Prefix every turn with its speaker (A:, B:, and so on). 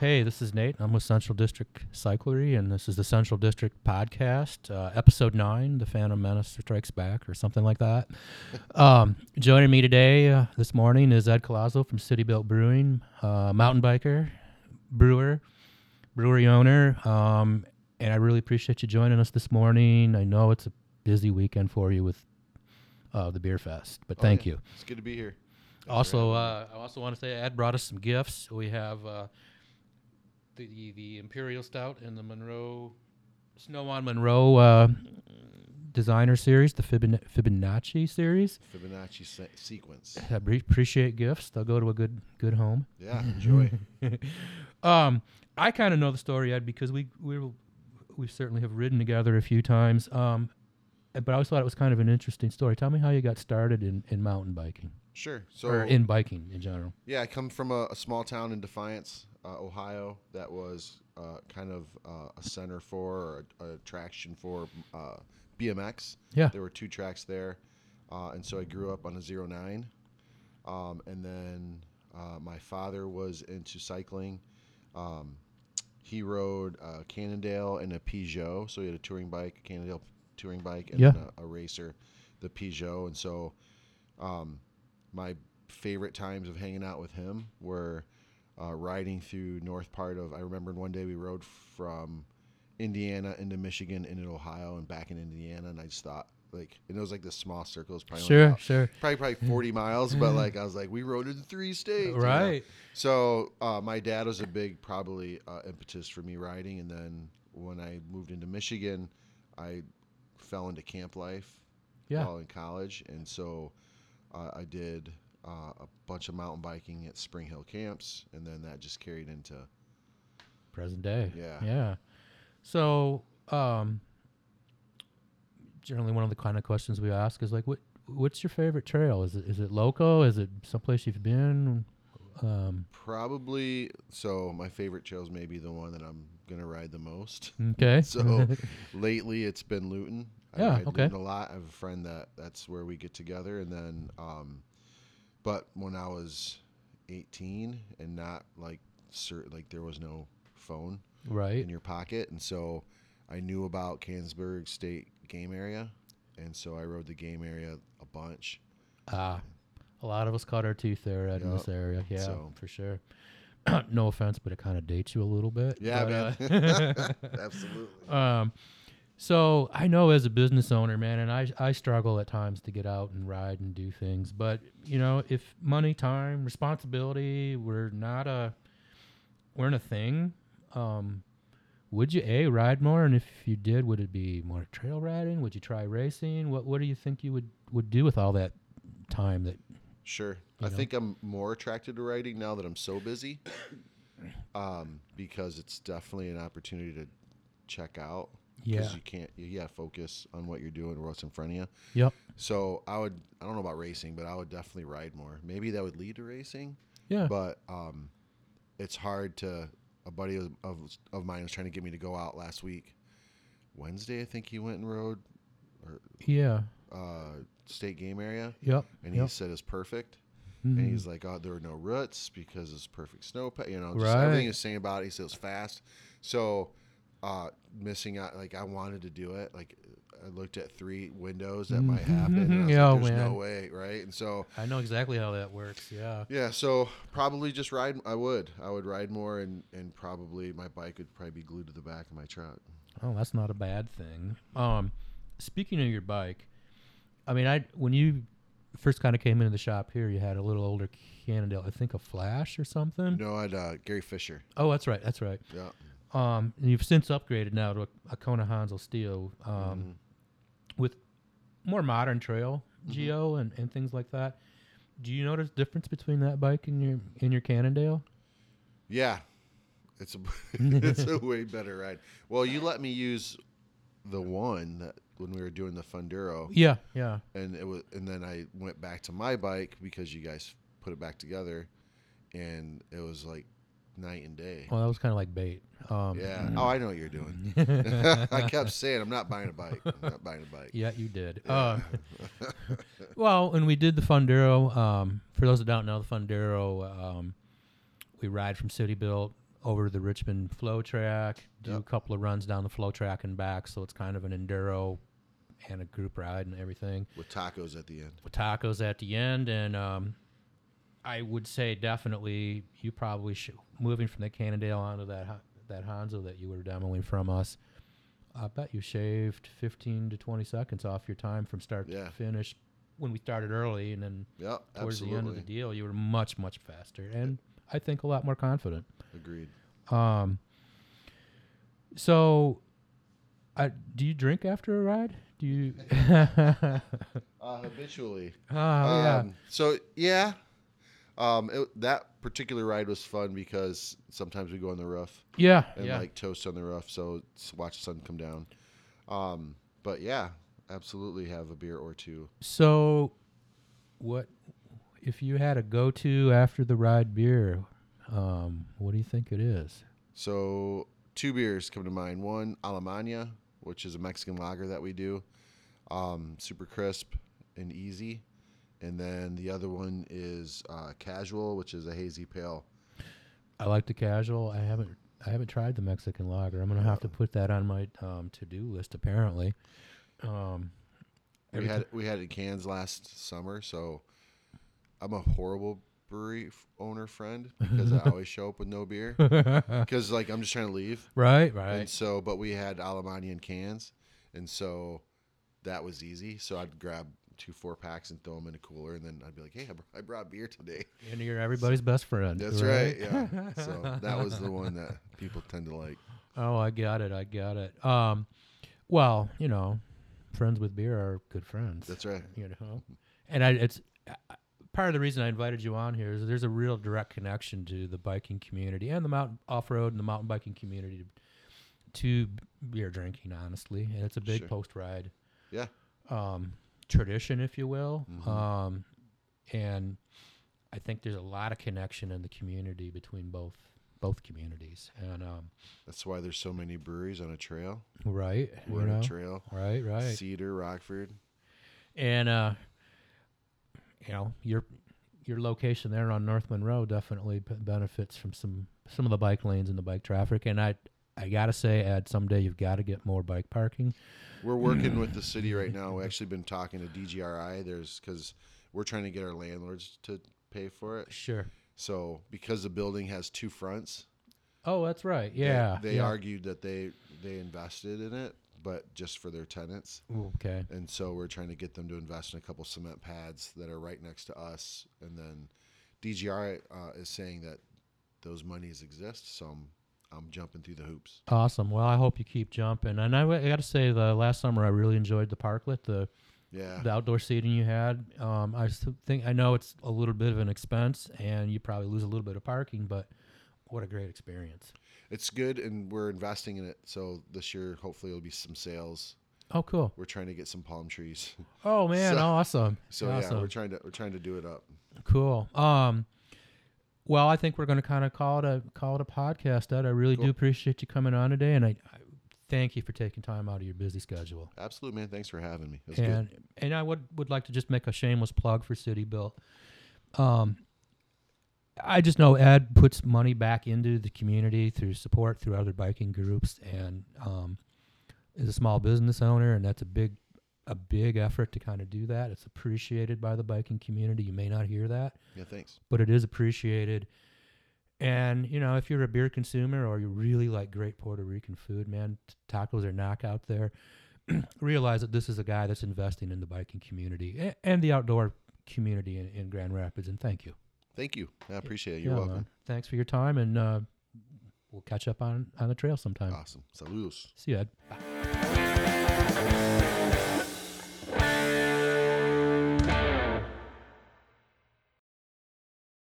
A: Hey, this is Nate. I'm with Central District Cyclery, and this is the Central District Podcast, uh, Episode 9, The Phantom Menace Strikes Back, or something like that. Um, joining me today, uh, this morning, is Ed Colazzo from City Built Brewing, uh, mountain biker, brewer, brewery owner, um, and I really appreciate you joining us this morning. I know it's a busy weekend for you with uh, the Beer Fest, but
B: Oh,
A: thank
B: yeah.
A: you.
B: It's good to be here. Thanks for
A: Also,
B: having
A: uh, I also want to say Ed brought us some gifts. We have uh, the the Imperial Stout and the Monroe Snow on Monroe uh, designer series, the Fibon- Fibonacci series.
B: me. Fibonacci se- sequence.
A: I pre- appreciate gifts. They'll go to a good good home.
B: Yeah, enjoy.
A: Um, I kind of know the story, Ed, because we we were- we certainly have ridden together a few times. Um, but I always thought it was kind of an interesting story. Tell me how you got started in, in mountain biking
B: sure. So
A: or in biking in general.
B: yeah, I come from a, a small town in Defiance, uh, Ohio, that was uh, kind of uh, a center for or a, a attraction for uh, BMX.
A: Yeah.
B: There were two tracks there, uh, and so I grew up on a zero nine, um, and then uh, my father was into cycling. Um, he rode uh, Cannondale and a Peugeot, so he had a touring bike, a Cannondale touring bike, and
A: Yeah.
B: then a, a racer, the Peugeot, and so um, my favorite times of hanging out with him were uh, riding through north part of. I remember one day we rode from Indiana into Michigan into Ohio and back in Indiana, and I just thought like and it was like this small circle, it was probably
A: Sure,
B: like,
A: sure.
B: probably probably forty miles, but like I was like we rode in three states, you know?
A: Right.
B: So uh, my dad was a big probably uh, impetus for me riding, and then when I moved into Michigan, I fell into camp life
A: Yeah.
B: while in college, and so uh, I did uh, a bunch of mountain biking at Spring Hill camps, and then that just carried into
A: present day.
B: Yeah.
A: Yeah. So, um, generally, one of the kind of questions we ask is like, what what's your favorite trail? Is it is it loco? Is it someplace you've been? Um,
B: probably so my favorite trails may be the one that I'm gonna ride the most.
A: okay.
B: So lately it's been Luton. I
A: Yeah,
B: ride
A: okay.
B: Luton a lot. I have a friend that that's where we get together and then um but when I was 18 and not like cert, like there was no phone
A: right.
B: in your pocket and so I knew about Cannesburg State game area and so I rode the game area a bunch.
A: Ah, a lot of us cut our teeth there Ed, in
B: Yup.
A: this area. Yeah,
B: So-
A: for sure. no offense, but it kind of dates you a little bit.
B: Yeah,
A: but,
B: man.
A: uh,
B: Absolutely.
A: Um, so I know as a business owner, man, and I I struggle at times to get out and ride and do things. But you know, if money, time, responsibility, we're not a we're not a thing. Um, would you a ride more? And if you did, would it be more trail riding? Would you try racing? What What do you think you would would do with all that time? That
B: Sure.
A: you
B: I
A: know?
B: think I'm more attracted to writing now that I'm so busy. Um, because it's definitely an opportunity to check out.
A: yeah,
B: you can't you gotta focus on what you're doing or what's in front of you.
A: yep,
B: So I would I don't know about racing, but I would definitely ride more. Maybe that would lead to racing.
A: yeah,
B: But um it's hard to a buddy of, of of mine was trying to get me to go out last week. Wednesday I think he went and rode or
A: yeah,
B: uh state game area
A: yep,
B: and he
A: yep.
B: said it's perfect
A: mhm.
B: and he's like, "Oh, there were no roots because it's perfect snowpack." You know, just everything
A: Right.
B: he was saying about it. He said it was fast, so uh, missing out. Like I wanted to do it. Like I looked at three windows that might happen. And I was
A: Mm-hmm. Yeah, oh,
B: like, there's
A: man.
B: no way, right? And so
A: I know exactly how that works. Yeah,
B: yeah, so probably just ride. I would, I would ride more, and and probably my bike would probably be glued to the back of my truck.
A: Oh, that's not a bad thing. Um, speaking of your bike, I mean, I when you first kind of came into the shop here, you had a little older Cannondale, I think a Flash or something.
B: No, I'd uh, Gary Fisher.
A: Oh, that's right, that's right.
B: Yeah,
A: Um, and you've since upgraded now to a, a Kona Hansel Steel um,
B: Mm-hmm.
A: with more modern trail
B: Mm-hmm.
A: geo and, and things like that. Do you notice difference between that bike and your and your Cannondale?
B: yeah, it's a it's a way better ride. Well, you let me use the one that when we were doing the Funduro.
A: Yeah, yeah,
B: and it was and then I went back to my bike because you guys put it back together and it was like night and day.
A: Well, that was kind of like bait. Um,
B: yeah. Oh, I know what you're doing.
A: Mm-hmm.
B: I kept saying I'm not buying a bike. I'm not buying a bike.
A: Yeah, you did. Uh, well, and we did the Funduro. Um, for those that don't know, the Funduro, um, we ride from City Built over the Richmond Flow Track, do a
B: Yep.
A: couple of runs down the Flow Track and back. So it's kind of an enduro and a group ride and everything
B: with tacos at the end.
A: with tacos at the end. And um, I would say definitely you probably should moving from the Cannondale onto that Hon- that Hanzo that you were demoing from us. I bet you shaved 15 to 20 seconds off your time from start
B: Yeah.
A: to finish when we started early, and then
B: Yep,
A: towards
B: absolutely.
A: the end of the deal, you were much much faster and I think a lot more confident.
B: Agreed.
A: Um, so, I, do you drink after a ride? Do you? oh
B: Uh, habitually.
A: yeah.
B: Um, So yeah, um, it, that particular ride was fun because sometimes we go on the roof
A: Yeah,
B: and
A: yeah.
B: like toast on the roof, so s- watch the sun come down. Um, but yeah, absolutely have a beer or two.
A: so, what if you had a go-to after the ride beer? Um, what do you think it is?
B: So two beers come to mind. One Alemania, which is a Mexican lager that we do, um, super crisp and easy, and then the other one is uh, Casual, which is a hazy pale.
A: I like the casual. I haven't. I haven't tried the Mexican lager. I'm gonna have to put that on my um, to-do list. Apparently, um,
B: We
A: every
B: had we had it in cans last summer, so I'm a horrible brewery f- owner friend because I always show up with no beer because like I'm just trying to leave.
A: right,
B: And
A: right.
B: so, but we had Alemania in cans, and so that was easy. So I'd grab two four packs and throw them in a cooler, and then I'd be like, "Hey, I br- I brought beer today."
A: And you're everybody's best friend.
B: That's right. Yeah. So that was the one that people tend to like.
A: Oh, I got it. I got it. Um, well, you know, friends with beer are good friends.
B: That's right.
A: you know, and I, it's I- I- part of the reason I invited you on here is there's a real direct connection to the biking community and the mountain off road and the mountain biking community to, to beer drinking, honestly, and it's a big
B: Sure.
A: post ride
B: Yeah.
A: um, tradition, if you will.
B: Mhm.
A: Um, and I think there's a lot of connection in the community between both both communities. And um,
B: That's why there's so many breweries on a trail.
A: right, you
B: We're on
A: know?
B: a trail.
A: right, right,
B: Cedar, Rockford.
A: and uh, you know your your location there on North Monroe definitely p- benefits from some some of the bike lanes and the bike traffic. And I I gotta say, Ed, someday you've got to get more bike parking.
B: We're working with the city right now. We've actually been talking to DGRI. There's because we're trying to get our landlords to pay for it.
A: Sure.
B: So because the building has two fronts,
A: Oh, that's right.
B: they-
A: Yeah.
B: they,
A: yeah.
B: argued that they they invested in it, but just for their tenants.
A: okay.
B: And so we're trying to get them to invest in a couple cement pads that are right next to us. And then DGR uh, is saying that those monies exist. So I'm, I'm jumping through the hoops.
A: Awesome. Well, I hope you keep jumping. And I, got to say, the last summer I really enjoyed the parklet, the
B: Yeah.
A: the outdoor seating you had. Um, I s- think I know it's a little bit of an expense, and you probably lose a little bit of parking, but what a great experience!
B: It's good. And we're investing in it. So this year, hopefully, it'll be some sales.
A: Oh, cool.
B: We're trying to get some palm trees.
A: Oh man,
B: So-
A: awesome.
B: So yeah, we're
A: awesome.
B: trying to we're trying to do it up.
A: cool. Um, well, I think we're going to kind of call it a call it a podcast. Ed, I really
B: Cool.
A: do appreciate you coming on today, and I, I thank you for taking time out of your busy schedule.
B: Absolutely, man. Thanks for having me. It was good.
A: and and I would would like to just make a shameless plug for City Built. Um, I just know Ed puts money back into the community through support through other biking groups, and um, is a small business owner, and that's a big a big effort to kind of do that. It's appreciated by the biking community. You may not hear that,
B: Yeah, thanks.
A: but it is appreciated. And you know, if you're a beer consumer or you really like great Puerto Rican food, man, t- tacos are knockout there. Realize that this is a guy that's investing in the biking community a- and the outdoor community in, in Grand Rapids. And thank you.
B: Thank you. I appreciate it. You're
A: Yeah,
B: welcome.
A: man. Thanks for your time, and uh, we'll catch up on on the trail sometime.
B: Awesome. Saludos.
A: See you, Ed. Bye.